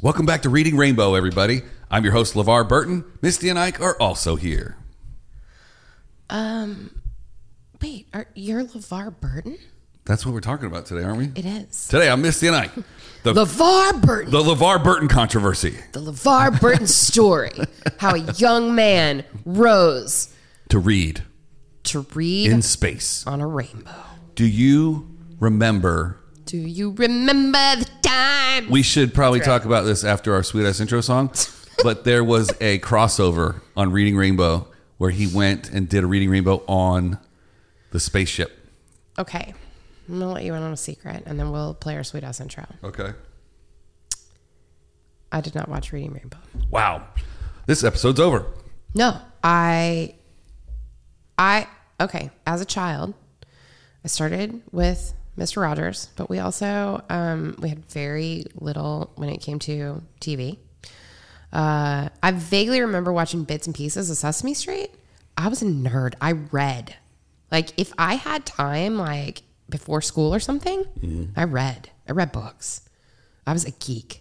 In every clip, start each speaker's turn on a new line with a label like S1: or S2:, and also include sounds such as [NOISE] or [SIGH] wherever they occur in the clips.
S1: Welcome back to Reading Rainbow, everybody. I'm your host, LeVar Burton. Misty and Ike are also here.
S2: Um, Wait, are, you're LeVar Burton?
S1: That's what we're talking about today, aren't we?
S2: It is.
S1: Today, I'm Misty and Ike. The,
S2: LeVar Burton.
S1: the LeVar Burton controversy.
S2: The LeVar Burton story. How a young man rose
S1: To read
S2: to read
S1: in space.
S2: on a rainbow.
S1: Do you remember?
S2: Do you remember the time?
S1: We should probably talk about this after our sweet ass intro song, but there was a crossover on Reading Rainbow where he went and did a Reading Rainbow on the spaceship.
S2: Okay. I'm going to let you in on a secret and then we'll play our Sweet Ass intro.
S1: Okay.
S2: I did not watch Reading Rainbow.
S1: Wow. This episode's over.
S2: No, I, I okay. As a child, I started with Mister Rogers, but we also um, we had very little when it came to TV. Uh, I vaguely remember watching bits and pieces of Sesame Street. I was a nerd. I read. Like if I had time, like before school or something, I read. I read books. I was a geek.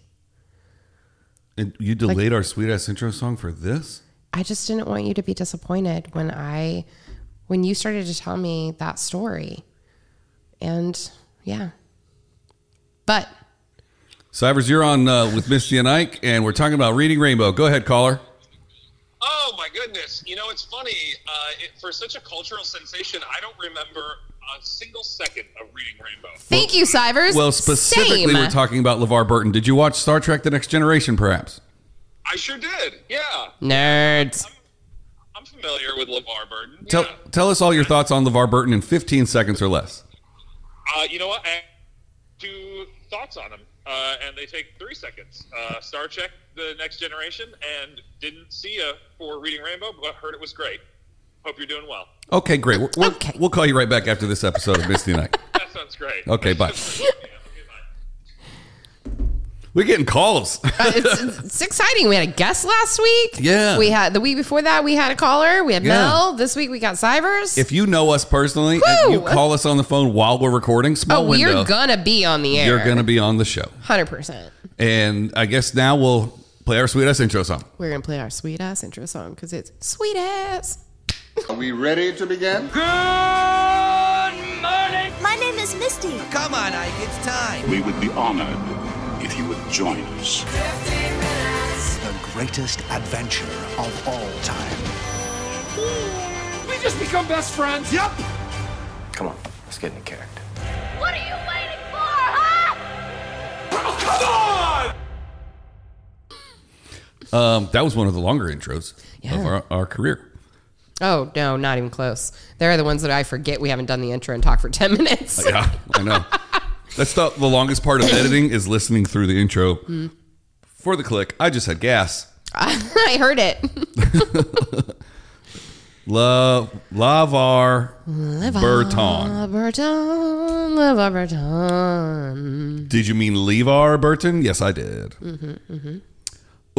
S1: And you delayed our sweet ass intro song for this?
S2: I just didn't want you to be disappointed when I when you started to tell me that story. And yeah. But
S1: Cybers, you're on uh, with Misty and Ike, and we're talking about Reading Rainbow. Go ahead, caller.
S3: Oh my goodness! You know it's funny. Uh, it, for such a cultural sensation, I don't remember a single second of reading Rainbow.
S2: thank you, Cybers.
S1: Well, specifically,
S2: Same.
S1: we're talking about LeVar Burton. Did you watch Star Trek The Next Generation, perhaps?
S3: I sure did. Yeah,
S2: nerds.
S3: I'm familiar with LeVar Burton.
S1: Tell,
S3: yeah.
S1: tell us all your thoughts on LeVar Burton in 15 seconds or less.
S3: Uh, you know what? I have two thoughts on them, uh, and they take three seconds. Uh, Star Trek: The Next Generation, and didn't see you for reading Rainbow, but heard it was great. Hope you're doing well.
S1: Okay, great. We'll, we'll,
S2: Okay.
S1: we'll call you right back after this episode of Misty and Ike.
S3: That sounds great.
S1: Okay, bye.
S3: Yeah, okay, bye.
S1: We're getting calls.
S2: [LAUGHS] Uh, it's, it's exciting. We had a guest last week.
S1: Yeah.
S2: We had the week before that we had a caller. We had
S1: Yeah.
S2: Mel. This week we got Cybers.
S1: if you know us personally and you
S2: Woo!
S1: call us on the phone while we're recording, small
S2: oh,
S1: window,
S2: we're gonna be on the air.
S1: you're going to be on the show.
S2: hundred percent.
S1: And I guess now we'll play our sweet ass intro song.
S2: We're gonna play our sweet ass intro song because it's sweet ass.
S4: Are we ready to begin?
S5: My name is Misty.
S6: Come on, Ike, it's time.
S7: We would be honored if you would join us.
S6: The greatest adventure of all time.
S8: We just become best friends. Yep.
S9: Come on, let's get into character.
S5: What are you waiting for, huh?
S1: Um, that was one of the longer intros of
S2: Yeah.
S1: our, our career.
S2: Oh no, not even close. They're the ones that I forget we haven't done the intro and talk for [LAUGHS] ten minutes.
S1: Oh, Yeah, I know. That's the, the longest part of editing is listening through the intro for the click. I just had gas.
S2: I heard it.
S1: Love, Lavar, Burton.
S2: Barton, love Barton.
S1: Did you mean Levar Burton? Yes, I did.
S2: Mm-hmm,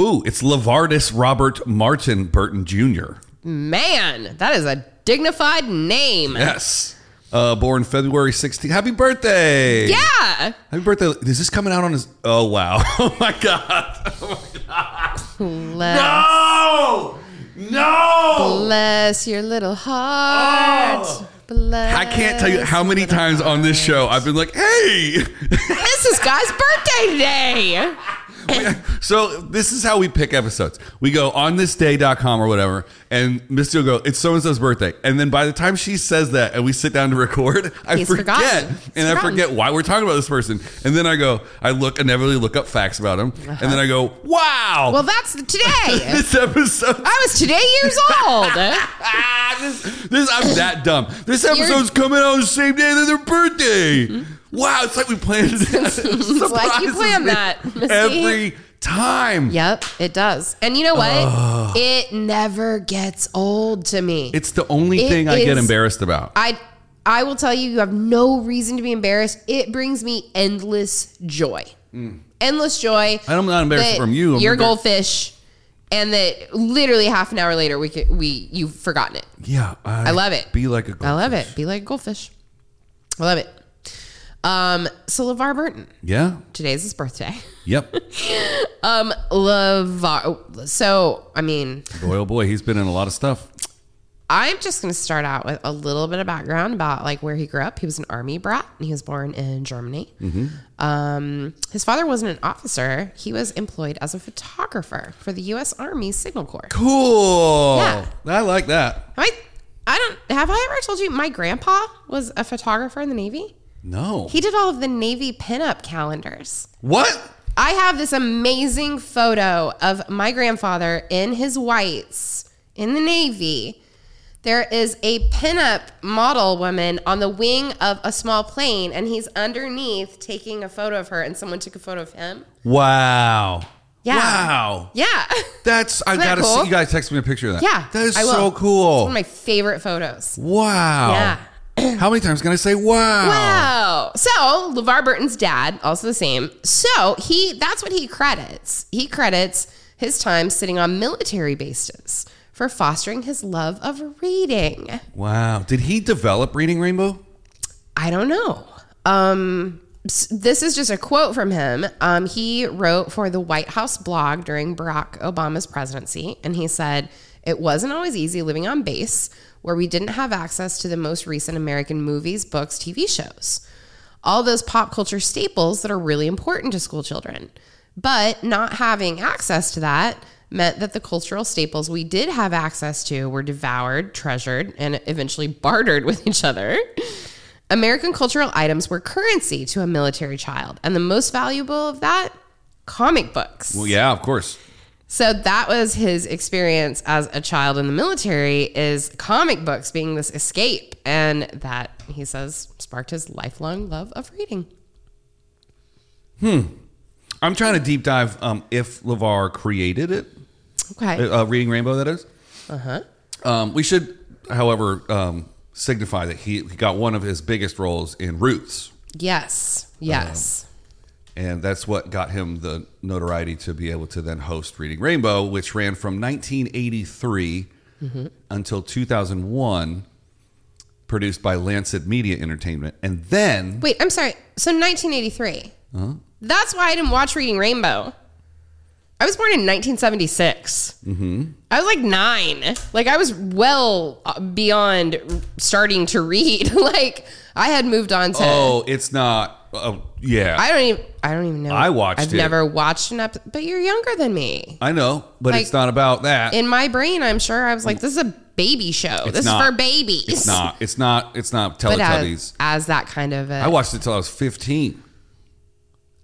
S1: Ooh, it's Lavardis Robert Martin Burton Jr.
S2: Man, that is a dignified name. Yeah.
S1: Yes. Uh, born February 16th. Happy birthday. Happy birthday. Is this coming out on his. Oh, wow. [LAUGHS] Oh, my God.
S2: Bless,
S1: No! No!
S2: bless your little heart. Bless.
S1: Oh. I can't tell
S2: [LAUGHS]
S1: you how many times on this show I've been like, hey! [LAUGHS]
S2: This is Guy's birthday today.
S1: so this is how we pick episodes. We go on this day.com or whatever, and Misty will go, it's so and so's birthday. And then by the time she says that and we sit down to record, I
S2: He's
S1: forget. And
S2: forgotten. He's
S1: I
S2: forgotten.
S1: forget why we're talking about this person. And then I go, I look, inevitably look up facts about him. And then I go, wow!
S2: Uh-huh.
S1: [LAUGHS]
S2: Well, that's the today.
S1: this episode.
S2: I was today years old.
S1: Ah, this, this, I'm that dumb. This episode's coming out the same day that their birthday. Wow, it's like we
S2: [LAUGHS]
S1: planned it. it's
S2: Mm-hmm.
S1: [LAUGHS]
S2: like you planned that, Misty.
S1: every time.
S2: Yep, it does. And you know what?
S1: Oh.
S2: It never gets old to me.
S1: It's the only
S2: It
S1: thing I get
S2: is-
S1: embarrassed about.
S2: I I will tell you, you have no reason to be embarrassed. It brings me endless joy,
S1: Mm.
S2: endless joy.
S1: And I'm not embarrassed
S2: that
S1: from you. I'm
S2: your
S1: embarrassed-
S2: goldfish, and that literally half an hour later we could, we you've forgotten it.
S1: yeah,
S2: I love it.
S1: Be like a goldfish.
S2: I love it. Be like a goldfish. I love it. Um, so LeVar Burton,
S1: Yeah.
S2: today's his birthday. [LAUGHS]
S1: Yep.
S2: Um, LeVar. oh, So, I mean,
S1: boy, oh boy, he's been in a lot of stuff.
S2: I'm just going to start out with a little bit of background about like where he grew up. He was an army brat and he was born in Germany. Um, his father wasn't an officer. He was employed as a photographer for the U.S. Army Signal Corps.
S1: Cool.
S2: Yeah.
S1: I like that.
S2: Am I, I don't, have I ever told you my grandpa was a photographer in the Navy?
S1: No.
S2: He did all of the Navy pinup calendars.
S1: what?
S2: I have this amazing photo of my grandfather in his whites in the Navy. There is a pinup model woman on the wing of a small plane, and he's underneath taking a photo of her, and someone took a photo of him.
S1: Wow.
S2: Yeah.
S1: Wow.
S2: Yeah. [LAUGHS]
S1: That's I
S2: Isn't that
S1: gotta
S2: cool?
S1: see. You gotta text me a picture of that.
S2: Yeah.
S1: That is
S2: I will.
S1: so
S2: It's
S1: cool.
S2: one of my favorite photos.
S1: wow.
S2: Yeah.
S1: How many times can I say wow?
S2: Wow. So LeVar Burton's dad, also the same. So he that's what he credits. He credits his time sitting on military bases for fostering his love of reading.
S1: Wow. Did he develop Reading Rainbow?
S2: I don't know. Um s- this is just a quote from him. Um, he wrote for the White House blog during Barack Obama's presidency, and he said, It wasn't always easy living on base where we didn't have access to the most recent American movies, books, TV shows all those pop culture staples that are really important to school children. But not having access to that meant that the cultural staples we did have access to were devoured, treasured, and eventually bartered with each other. American cultural items were currency to a military child, and the most valuable of that, comic books.
S1: Well, yeah, of course.
S2: So that was his experience as a child in the military is comic books being this escape and that he says sparked his lifelong love of reading.
S1: I'm trying to deep dive um, if LeVar created it,
S2: Okay.
S1: uh, Reading Rainbow, that is. Uh huh. Um, we should, however, um, signify that he, he got one of his biggest roles in Roots, Oh.
S2: yes. Yes.
S1: and that's what got him the notoriety to be able to then host Reading Rainbow, which ran from 1983
S2: Mm-hmm.
S1: until 2001, produced by Lancet Media Entertainment, and then
S2: Wait, I'm sorry. So 1983. That's why I didn't watch Reading Rainbow. I was born in 1976. Mm-hmm. I was like nine. Like I was well uh, beyond starting to read. [LAUGHS] like I had moved on to.
S1: oh, it's not. Oh, yeah,
S2: I don't even. I don't even know.
S1: I watched
S2: I've
S1: it.
S2: never watched an episode. But you're younger than me.
S1: I know, but
S2: Like-
S1: it's not about that.
S2: In my brain, I'm sure I was like, "This is a baby show. This
S1: not.
S2: is for babies."
S1: It's not. It's not. It's not
S2: But
S1: Teletubbies.
S2: as, as that kind of. A,
S1: I watched it till I was 15.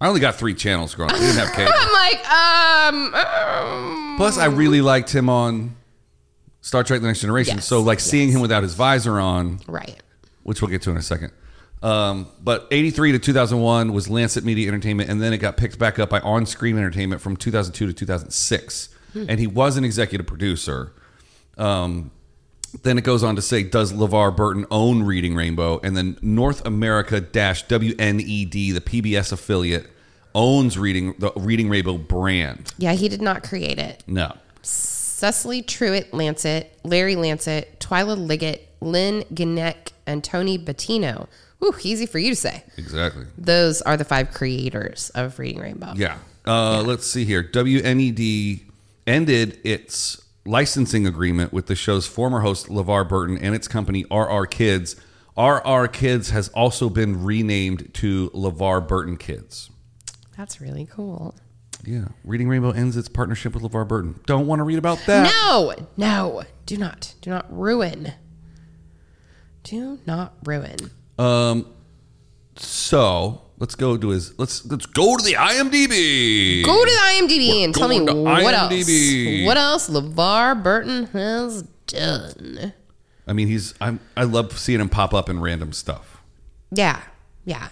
S1: I only got three channels growing up. We didn't have cable.
S2: I'm like, um, um,
S1: Plus, I really liked him on Star Trek: The Next Generation.
S2: Yes,
S1: So, like seeing
S2: yes.
S1: him without his visor on,
S2: right.
S1: which we'll get to in a second. Um, but 83 to 2001 was Lancet Media Entertainment, and then it got picked back up by On Screen Entertainment from 2002 to 2006.
S2: Hmm.
S1: And he was an executive producer. Um, then it goes on to say, does LeVar Burton own Reading Rainbow? And then North America dash WNED, the PBS affiliate, owns Reading the Reading Rainbow brand.
S2: Yeah, he did not create it.
S1: No.
S2: Cecily Truitt Lancet, Larry Lancet, Twyla Liggett, Lynn Gennett, and Tony Bettino. Ooh, easy for you to say.
S1: Exactly.
S2: Those are the five creators of Reading Rainbow.
S1: Yeah. Uh, Let's see here. WNED ended its licensing agreement with the show's former host, LeVar Burton, and its company, RR Kids. RR Kids has also been renamed to LeVar Burton Kids.
S2: That's really cool.
S1: Yeah. Reading Rainbow ends its partnership with LeVar Burton. Don't want to read about that.
S2: No, no, do not, do not ruin. Do not ruin.
S1: Um, So let's go to his, let's, let's go to the IMDb.
S2: Go to the IMDb and tell me
S1: going to
S2: what
S1: IMDb.
S2: else. What else LeVar Burton has done?
S1: I mean, he's, I'm, I love seeing him pop up in random stuff.
S2: Yeah, yeah.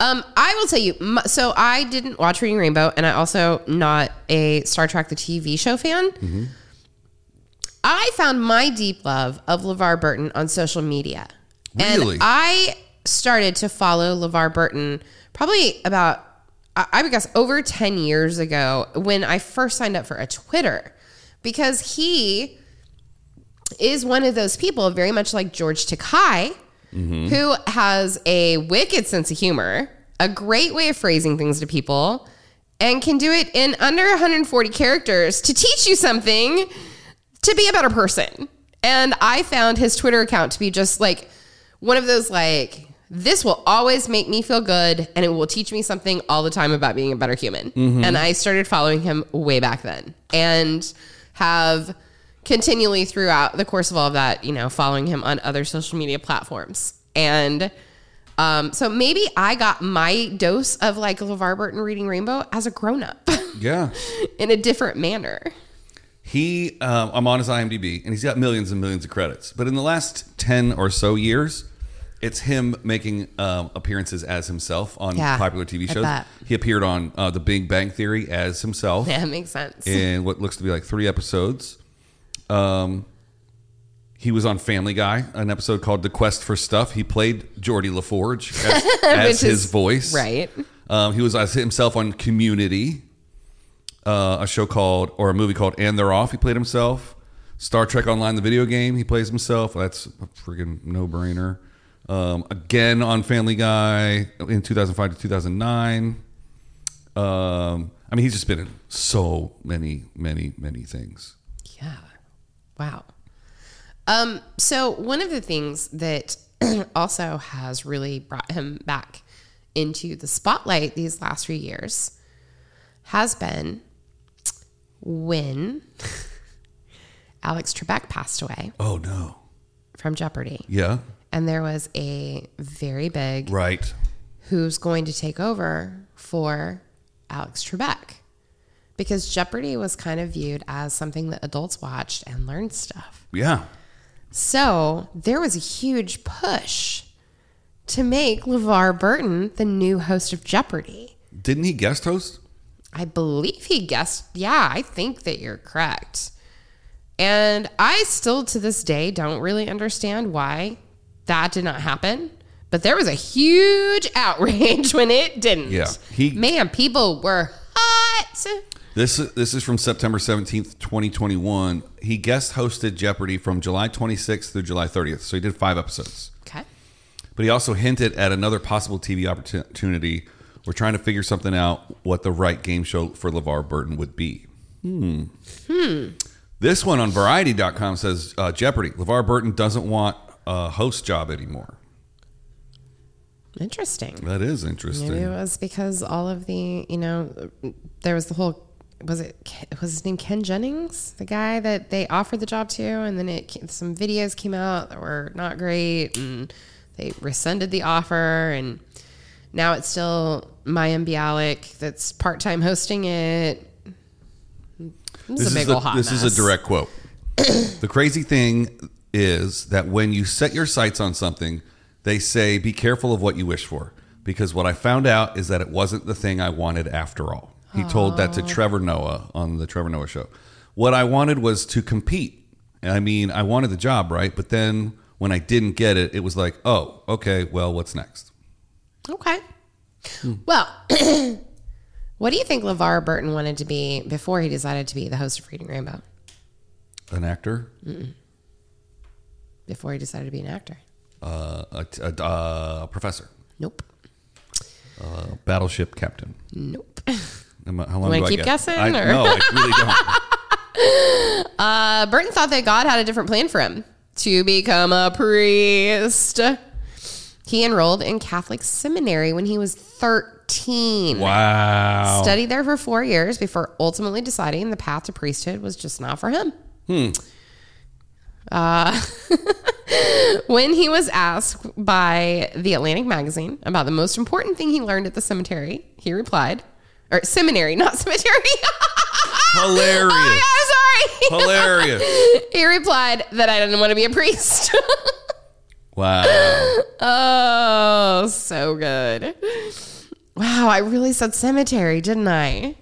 S2: Um, I will tell you. m- So I didn't watch Reading Rainbow, and I also not a Star Trek the TV show fan. I found my deep love of LeVar Burton on social media,
S1: Really?
S2: and I started to follow LeVar Burton probably about I I would guess over ten years ago when I first signed up for a Twitter because he is one of those people, very much like George Takai, who has a wicked sense of humor, a great way of phrasing things to people, and can do it in under 140 characters to teach you something to be a better person. And I found his Twitter account to be just like one of those like this will always make me feel good and it will teach me something all the time about being a better human. And I started following him way back then and have continually throughout the course of all of that, you know, following him on other social media platforms. And um, so maybe I got my dose of like LeVar Burton reading Rainbow as a grown up
S1: Yeah.
S2: [LAUGHS] in a different manner. [LAUGHS]
S1: He, um, I'm on his IMDb, and he's got millions and millions of credits. But in the last ten or so years, it's him making um, appearances as himself on
S2: Yeah,
S1: popular TV
S2: I
S1: shows.
S2: bet.
S1: He appeared on uh, The Big Bang Theory as himself
S2: That makes sense.
S1: in what looks to be like three episodes. Um, he was on Family Guy, an episode called "The Quest for Stuff." He played Geordie LaForge as, as
S2: [LAUGHS] Which
S1: his
S2: is-
S1: voice,
S2: right.
S1: Um, he was as himself on Community, uh, a show called or a movie called "And They're Off." He played himself. Star Trek Online, the video game, he plays himself. That's a freaking no brainer. Um, again on Family Guy in 2005 to 2009. Um, I mean, he's just been in so many, many, many things.
S2: Yeah. Wow. Um, so one of the things that [CLEARS THROAT] also has really brought him back into the spotlight these last few years has been when [LAUGHS] Alex Trebek passed away
S1: Oh no!
S2: from Jeopardy.
S1: Yeah,
S2: And there was a very big
S1: right.
S2: who's going to take over for Alex Trebek. Because Jeopardy was kind of viewed as something that adults watched and learned stuff.
S1: Yeah,
S2: So there was a huge push to make LeVar Burton the new host of Jeopardy.
S1: didn't he guest host?
S2: I believe he guessed. Yeah, I think that you're correct. And I still to this day don't really understand why that did not happen. But there was a huge [LAUGHS] outrage when it didn't.
S1: Yeah, he-
S2: Man, people were hot.
S1: This this is from September 17th, 2021. He guest hosted Jeopardy from July 26th through July 30th. So he did 5 episodes.
S2: Okay.
S1: But he also hinted at another possible TV opportunity. We're trying to figure something out what the right game show for LeVar Burton would be. Hmm. Hmm. This one on variety.com says uh, Jeopardy. LeVar Burton doesn't want a host job anymore.
S2: Interesting.
S1: That is
S2: Maybe it
S1: interesting.
S2: was because all of the, you know, there was the whole. Was it was his name Ken Jennings, the guy that they offered the job to, and then it some videos came out that were not great, and they rescinded the offer, and now it's still Mayim Bialik that's part time hosting it. This, is a big
S1: the-
S2: ol' hot
S1: This
S2: mess.
S1: is a direct quote.
S2: [CLEARS THROAT]
S1: the crazy thing is that when you set your sights on something, they say be careful of what you wish for because what I found out is that it wasn't the thing I wanted after all. He told that
S2: Oh.
S1: to Trevor Noah on the Trevor Noah show. What I wanted was to compete. And I mean, I wanted the job, right? But then when I didn't get it, it was like, "Oh, okay, well, what's next?"
S2: Okay.
S1: Hmm.
S2: Well, [CLEARS THROAT] what do you think LeVar Burton wanted to be before he decided to be the host of Reading Rainbow?
S1: An actor?
S2: Mm. Before he decided to be an actor?
S1: Uh, a, t- a- uh, a professor?
S2: Nope.
S1: A battleship captain?
S2: Nope. [LAUGHS]
S1: Am I- How long
S2: wanna
S1: do I
S2: keep
S1: get?
S2: guessing,
S1: I,
S2: or-
S1: No, I really don't.
S2: [LAUGHS] Uh, Burton thought that God had a different plan for him to become a priest. He enrolled in Catholic seminary when he was 13.
S1: Wow.
S2: Studied there for four years before ultimately deciding the path to priesthood was just not for him.
S1: Hmm.
S2: Uh, [LAUGHS] when he was asked by the Atlantic magazine about the most important thing he learned at the cemetery, he replied, or seminary, not [LAUGHS] cemetery. [LAUGHS]
S1: Hilarious.
S2: I'm sorry.
S1: Hilarious.
S2: [LAUGHS] He replied that I didn't want to be a priest. [LAUGHS]
S1: Wow.
S2: oh, so good. Wow, I really said cemetery, didn't I?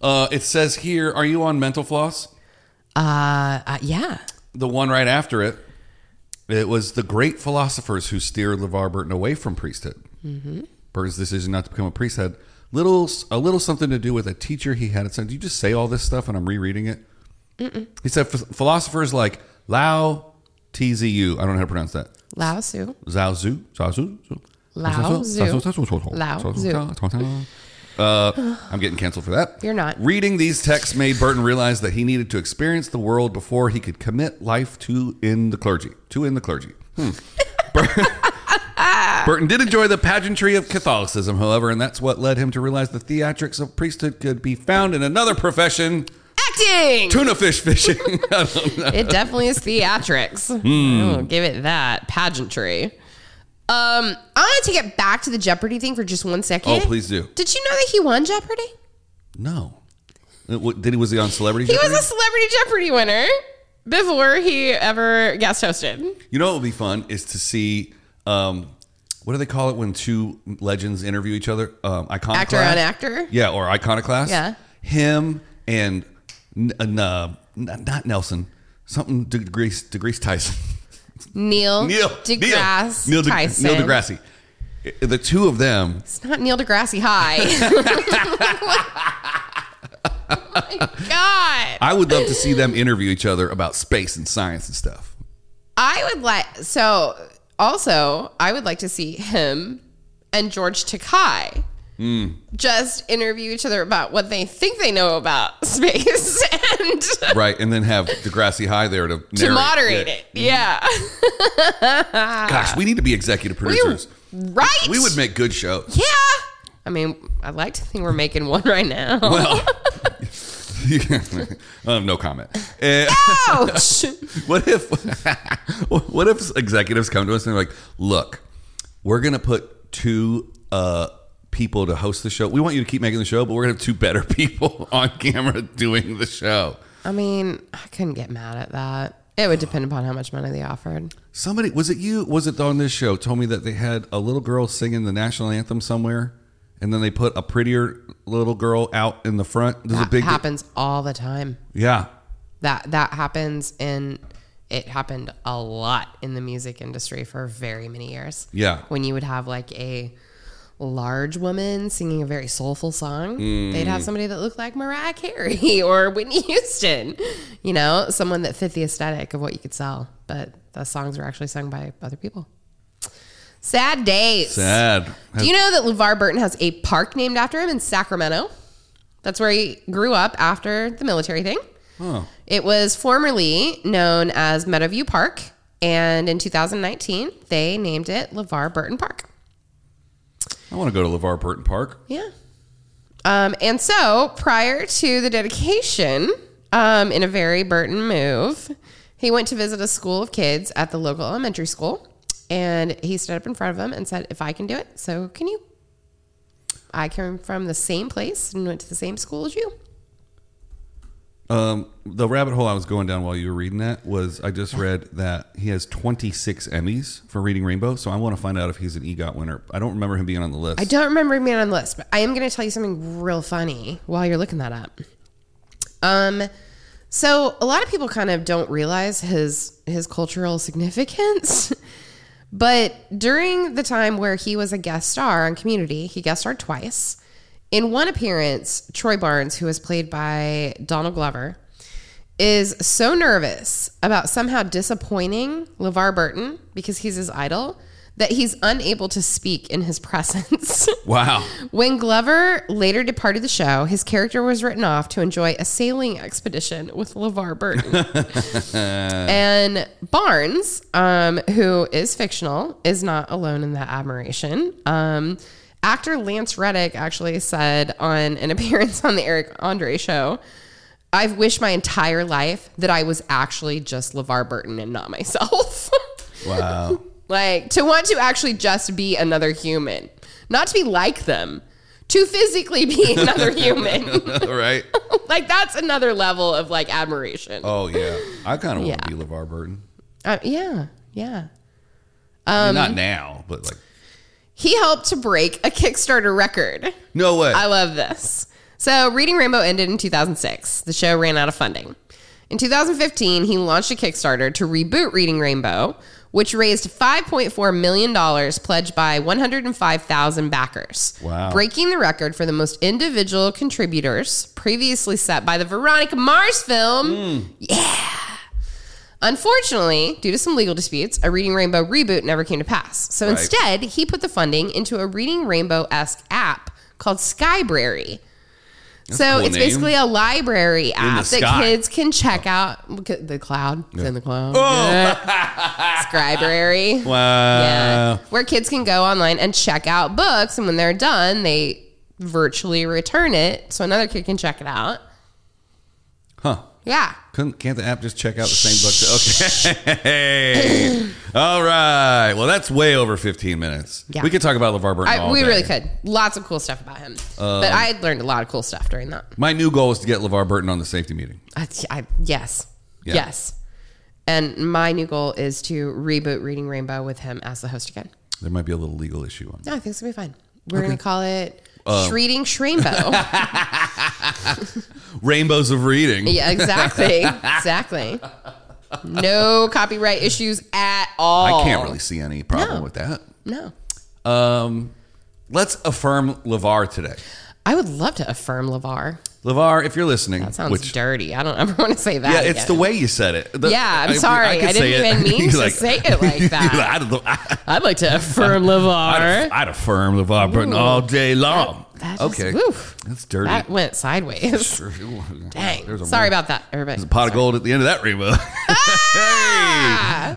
S1: Uh, it says here, are you on mental floss?
S2: Uh, uh yeah.
S1: The one right after it. It was the great philosophers who steered LeVar Burton away from priesthood.
S2: Mm-hmm.
S1: Burton's decision not to become a priest had little, a little something to do with a teacher he had. It said, "Do you just say all this stuff?" And I'm rereading it. He said, "Ph- "Philosophers like Lao Tzu, I don't know how to pronounce that.
S2: Lao Tzu.
S1: Zhao Zhu. Zhao Zhu. Zhu.
S2: Lao Tzu. Lao
S1: Zhu. Uh, I'm getting canceled for that.
S2: You're not.
S1: Reading these texts made Burton realize that he needed to experience the world before he could commit life to in the clergy. To in the clergy. Hmm. [LAUGHS] Bur- Burton did enjoy the pageantry of Catholicism, however, and that's what led him to realize the theatrics of priesthood could be found in another profession:
S2: Acting.
S1: tuna fish fishing. [LAUGHS] I don't know.
S2: It definitely is theatrics.
S1: Hmm.
S2: I'll give it that pageantry. Um, I want to take it back to the Jeopardy thing for just one second.
S1: Oh, please do.
S2: Did you know that he won Jeopardy?
S1: No. It wa- Did he was he on Celebrity?
S2: He was
S1: Jeopardy?
S2: a celebrity Jeopardy winner before he ever guest hosted.
S1: You know what would be fun is to see um, what do they call it when two legends interview each other? Um, iconoclast.
S2: Actor on actor?
S1: Yeah, or iconoclast.
S2: Yeah.
S1: Him and n- n- uh, n- not Nelson. Something DeGrasse, DeGrasse Tyson. [LAUGHS]
S2: Neil,
S1: Neil
S2: deGrasse
S1: Neil, Neil, De-
S2: Tyson.
S1: Neil deGrasse. I- The two of them.
S2: It's not Neil deGrasse
S1: [LAUGHS]
S2: [LAUGHS] High. oh my god!
S1: I would love to see them interview each other about space and science and stuff.
S2: I would like so. Also, I would like to see him and George Takai
S1: Hmm.
S2: just interview each other about what they think they know about [LAUGHS] space and
S1: Right. And then have DeGrasse High there to,
S2: to
S1: narrate
S2: moderate it. Yeah,
S1: Gosh, we need to be executive producers.
S2: right.
S1: we would make good shows.
S2: Yeah. I mean, I like to think we're making one right now.
S1: Well, [LAUGHS] um, no comment. Eh,
S2: Ouch!
S1: [LAUGHS] what if [LAUGHS] what if executives come to us and they're like, "Look, we're gonna put two uh, people to host the show. We want you to keep making the show, but we're gonna have two better [LAUGHS] people on camera doing the show."
S2: I mean, I couldn't get mad at that. It would depend upon how much money they offered.
S1: Somebody was it you? Was it on this show? Told me that they had a little girl singing the national anthem somewhere, and then they put a prettier little girl out in the front. There's
S2: That
S1: a big
S2: happens all the time.
S1: yeah.
S2: That that happens in it happened a lot in the music industry for very many years.
S1: Yeah.
S2: When you would have like a large woman singing a very soulful song, they'd have somebody that looked like Mariah Carey [LAUGHS] or Whitney Houston. You know, someone that fit the aesthetic of what you could sell. But the songs were actually sung by other people. Sad days.
S1: Sad.
S2: Do you know that LeVar Burton has a park named after him in Sacramento? That's where he grew up after the military thing.
S1: Oh.
S2: It was formerly known as Meadowview Park, and in 2019, they named it LeVar Burton Park.
S1: I want to go to LeVar Burton Park.
S2: Yeah. Um, and so prior to the dedication, um, in a very Burton move, he went to visit a school of kids at the local elementary school. And he stood up in front of them and said, If I can do it, so can you. I came from the same place and went to the same school as you.
S1: Um, the rabbit hole I was going down while you were reading that was I just read that he has 26 Emmys for Reading Rainbow, so I want to find out if he's an EGOT winner. I don't remember him being on the list.
S2: I don't remember him being on the list, but I am going to tell you something real funny while you're looking that up. Um, so a lot of people kind of don't realize his his cultural significance, [LAUGHS] but during the time where he was a guest star on Community, he guest starred twice. In one appearance, Troy Barnes, who was played by Donald Glover, is so nervous about somehow disappointing LeVar Burton because he's his idol that he's unable to speak in his [LAUGHS] presence.
S1: Wow.
S2: When Glover later departed the show, his character was written off to enjoy a sailing expedition with LeVar Burton. and Barnes, um, who is fictional, is not alone in that admiration. Um, actor Lance Reddick actually said on an [LAUGHS] appearance on the Eric Andre show, I've wished my entire life that I was actually just LeVar Burton and not myself. [LAUGHS]
S1: Wow. [LAUGHS]
S2: Like to want to actually just be another human, not to be like them, to physically be another human. [LAUGHS]
S1: All right.
S2: like that's another level of like admiration.
S1: Oh, yeah. I kind of want
S2: Yeah.
S1: to be LeVar Burton.
S2: Uh, yeah, yeah. Um,
S1: I mean, not now, but like,
S2: He helped to break a Kickstarter record.
S1: no way.
S2: I love this. So, Reading Rainbow ended in 2006. The show ran out of funding. In 2015, he launched a Kickstarter to reboot Reading Rainbow, which raised $5.4 million pledged by 105,000 backers.
S1: Wow.
S2: Breaking the record for the most individual contributors previously set by the Veronica Mars film. Unfortunately, due to some legal disputes, a Reading Rainbow reboot never came to pass. So
S1: Right.
S2: instead, he put the funding into a Reading Rainbow esque app called Skybrary.
S1: a
S2: so
S1: cool
S2: it's
S1: name.
S2: basically a library app that
S1: sky. Oh.
S2: kids can check out. Look at The cloud. It's in the cloud.
S1: [LAUGHS]
S2: Skybrary.
S1: Wow.
S2: Yeah. Where kids can go online and check out books. And when they're done, they virtually return it so another kid can check it out.
S1: Huh.
S2: Yeah.
S1: Couldn't, can't the app just check out the same book? To, okay. [LAUGHS] All right. Well, that's way over 15 minutes.
S2: Yeah.
S1: We could talk about LeVar Burton.
S2: I,
S1: all
S2: we
S1: day. Um,
S2: really could. Lots of cool stuff about him. but I had learned a lot of cool stuff during that.
S1: My new goal is to get LeVar Burton on the safety meeting.
S2: I, I, yes.
S1: Yeah.
S2: Yes. And my new goal is to reboot Reading Rainbow with him as the host again.
S1: There might be a little legal issue on that.
S2: No, I think it's going to be fine. We're going to call it
S1: Um, [LAUGHS]
S2: Shreeding Shrainbow. [LAUGHS]
S1: Rainbows of Reading.
S2: yeah, exactly. Exactly. No copyright issues at all.
S1: I can't really see any problem
S2: Oh. No.
S1: with that.
S2: No.
S1: Um, let's affirm LeVar today.
S2: I would love to affirm LeVar.
S1: LeVar, if you're listening,
S2: That sounds
S1: which,
S2: dirty. I don't ever want to say that.
S1: Yeah, it's
S2: again.
S1: the way you said it. The-
S2: Yeah, I'm
S1: mean,
S2: sorry.
S1: could
S2: I
S1: say
S2: didn't even mean
S1: [LAUGHS] You're
S2: to say it like
S1: you're
S2: that.
S1: I don't know. I-
S2: I'd like to affirm
S1: [LAUGHS] I'd,
S2: LeVar.
S1: I'd affirm LeVar Burton
S2: Ooh.
S1: all day long.
S2: That just-
S1: okay,
S2: woof.
S1: that's dirty.
S2: That
S1: [LAUGHS]
S2: went sideways.
S1: Sure.
S2: Dang.
S1: There's a
S2: Sorry
S1: ring.
S2: about that, everybody.
S1: There's a pot of gold at the end of that rainbow. [LAUGHS]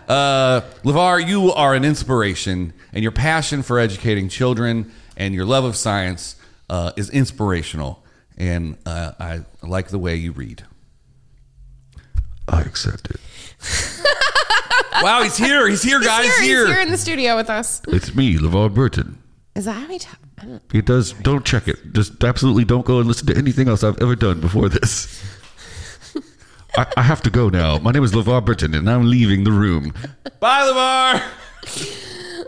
S1: hey! Uh, LeVar, you are an inspiration, and your passion for educating children and your love of science uh, is inspirational. And uh, I like the way you read. I accept it. wow, he's here. He's here, guys.
S2: He's here,
S1: here.
S2: he's here in the studio with us.
S10: It's me, LeVar Burton.
S2: Is that how he talks? I don't
S10: He does. Don't check it. Just absolutely don't go and listen to anything else I've ever done before this. [LAUGHS] I, I have to go now. My name is LeVar Burton, and I'm leaving the room.
S1: Bye, LeVar.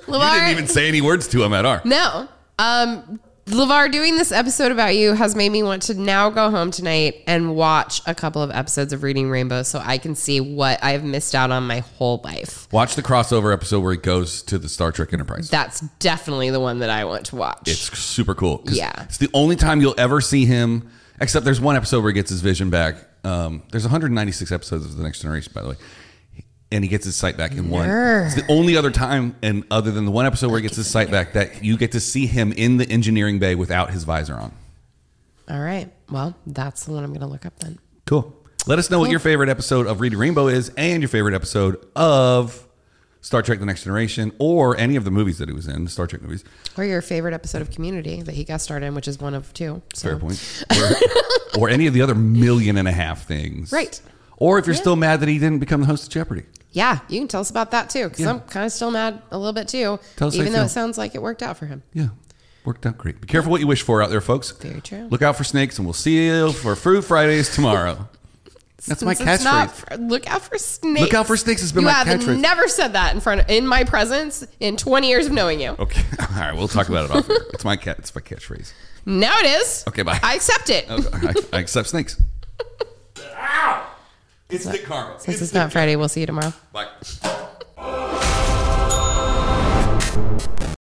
S1: You
S2: LeVar,
S1: didn't even say any words to him at our.
S2: no. Um, LeVar, doing this episode about you has made me want to now go home tonight and watch a couple of episodes of Reading Rainbow so I can see what I've missed out on my whole life.
S1: Watch the crossover episode where he goes to the Star Trek Enterprise.
S2: That's definitely the one that I want to watch.
S1: It's super cool. 'cause
S2: Yeah.
S1: It's the only time you'll ever see him, except there's one episode where he gets his vision back. Um, there's 196 episodes of The Next Generation, by the way. And he gets his sight back in one. It's the only other time, and other than the one episode where he gets his sight back, that you get to see him in the engineering bay without his visor on.
S2: All right. Well, that's the one I'm going to look up then.
S1: Cool. Let us know what your favorite episode of Reading Rainbow is and your favorite episode of Star Trek The Next Generation or any of the movies that he was in, the Star Trek movies.
S2: Or your favorite episode of Community that he guest starred in, which is one of two. So.
S1: Fair point. Or, or any of the other million and a half things.
S2: Right.
S1: Or if you're still mad that he didn't become the host of Jeopardy.
S2: Yeah, you can tell us about that too, because I'm kind of still mad a little bit too,
S1: Tell us how
S2: even
S1: you
S2: though
S1: feel.
S2: it sounds like it worked out for him.
S1: Yeah. Worked out great. Be careful what you wish for out there, folks.
S2: Very true.
S1: Look out for snakes, and we'll see you for Fruit Fridays
S2: [LAUGHS]
S1: tomorrow. That's my
S2: Since it's
S1: catchphrase.
S2: for- look out for snakes.
S1: Look out for snakes has been
S2: you
S1: my
S2: have
S1: catchphrase.
S2: never said that in front of, in my presence in 20 years of knowing you.
S1: okay. [LAUGHS] All right. We'll talk about it off. air. It's my cat. It's my catchphrase.
S2: Now it is.
S1: Okay, bye.
S2: I accept it.
S1: Okay,
S2: [LAUGHS]
S1: I, I accept snakes. Ow! It's the karma.
S2: Since it's not Friday, we'll see you tomorrow.
S1: Bye.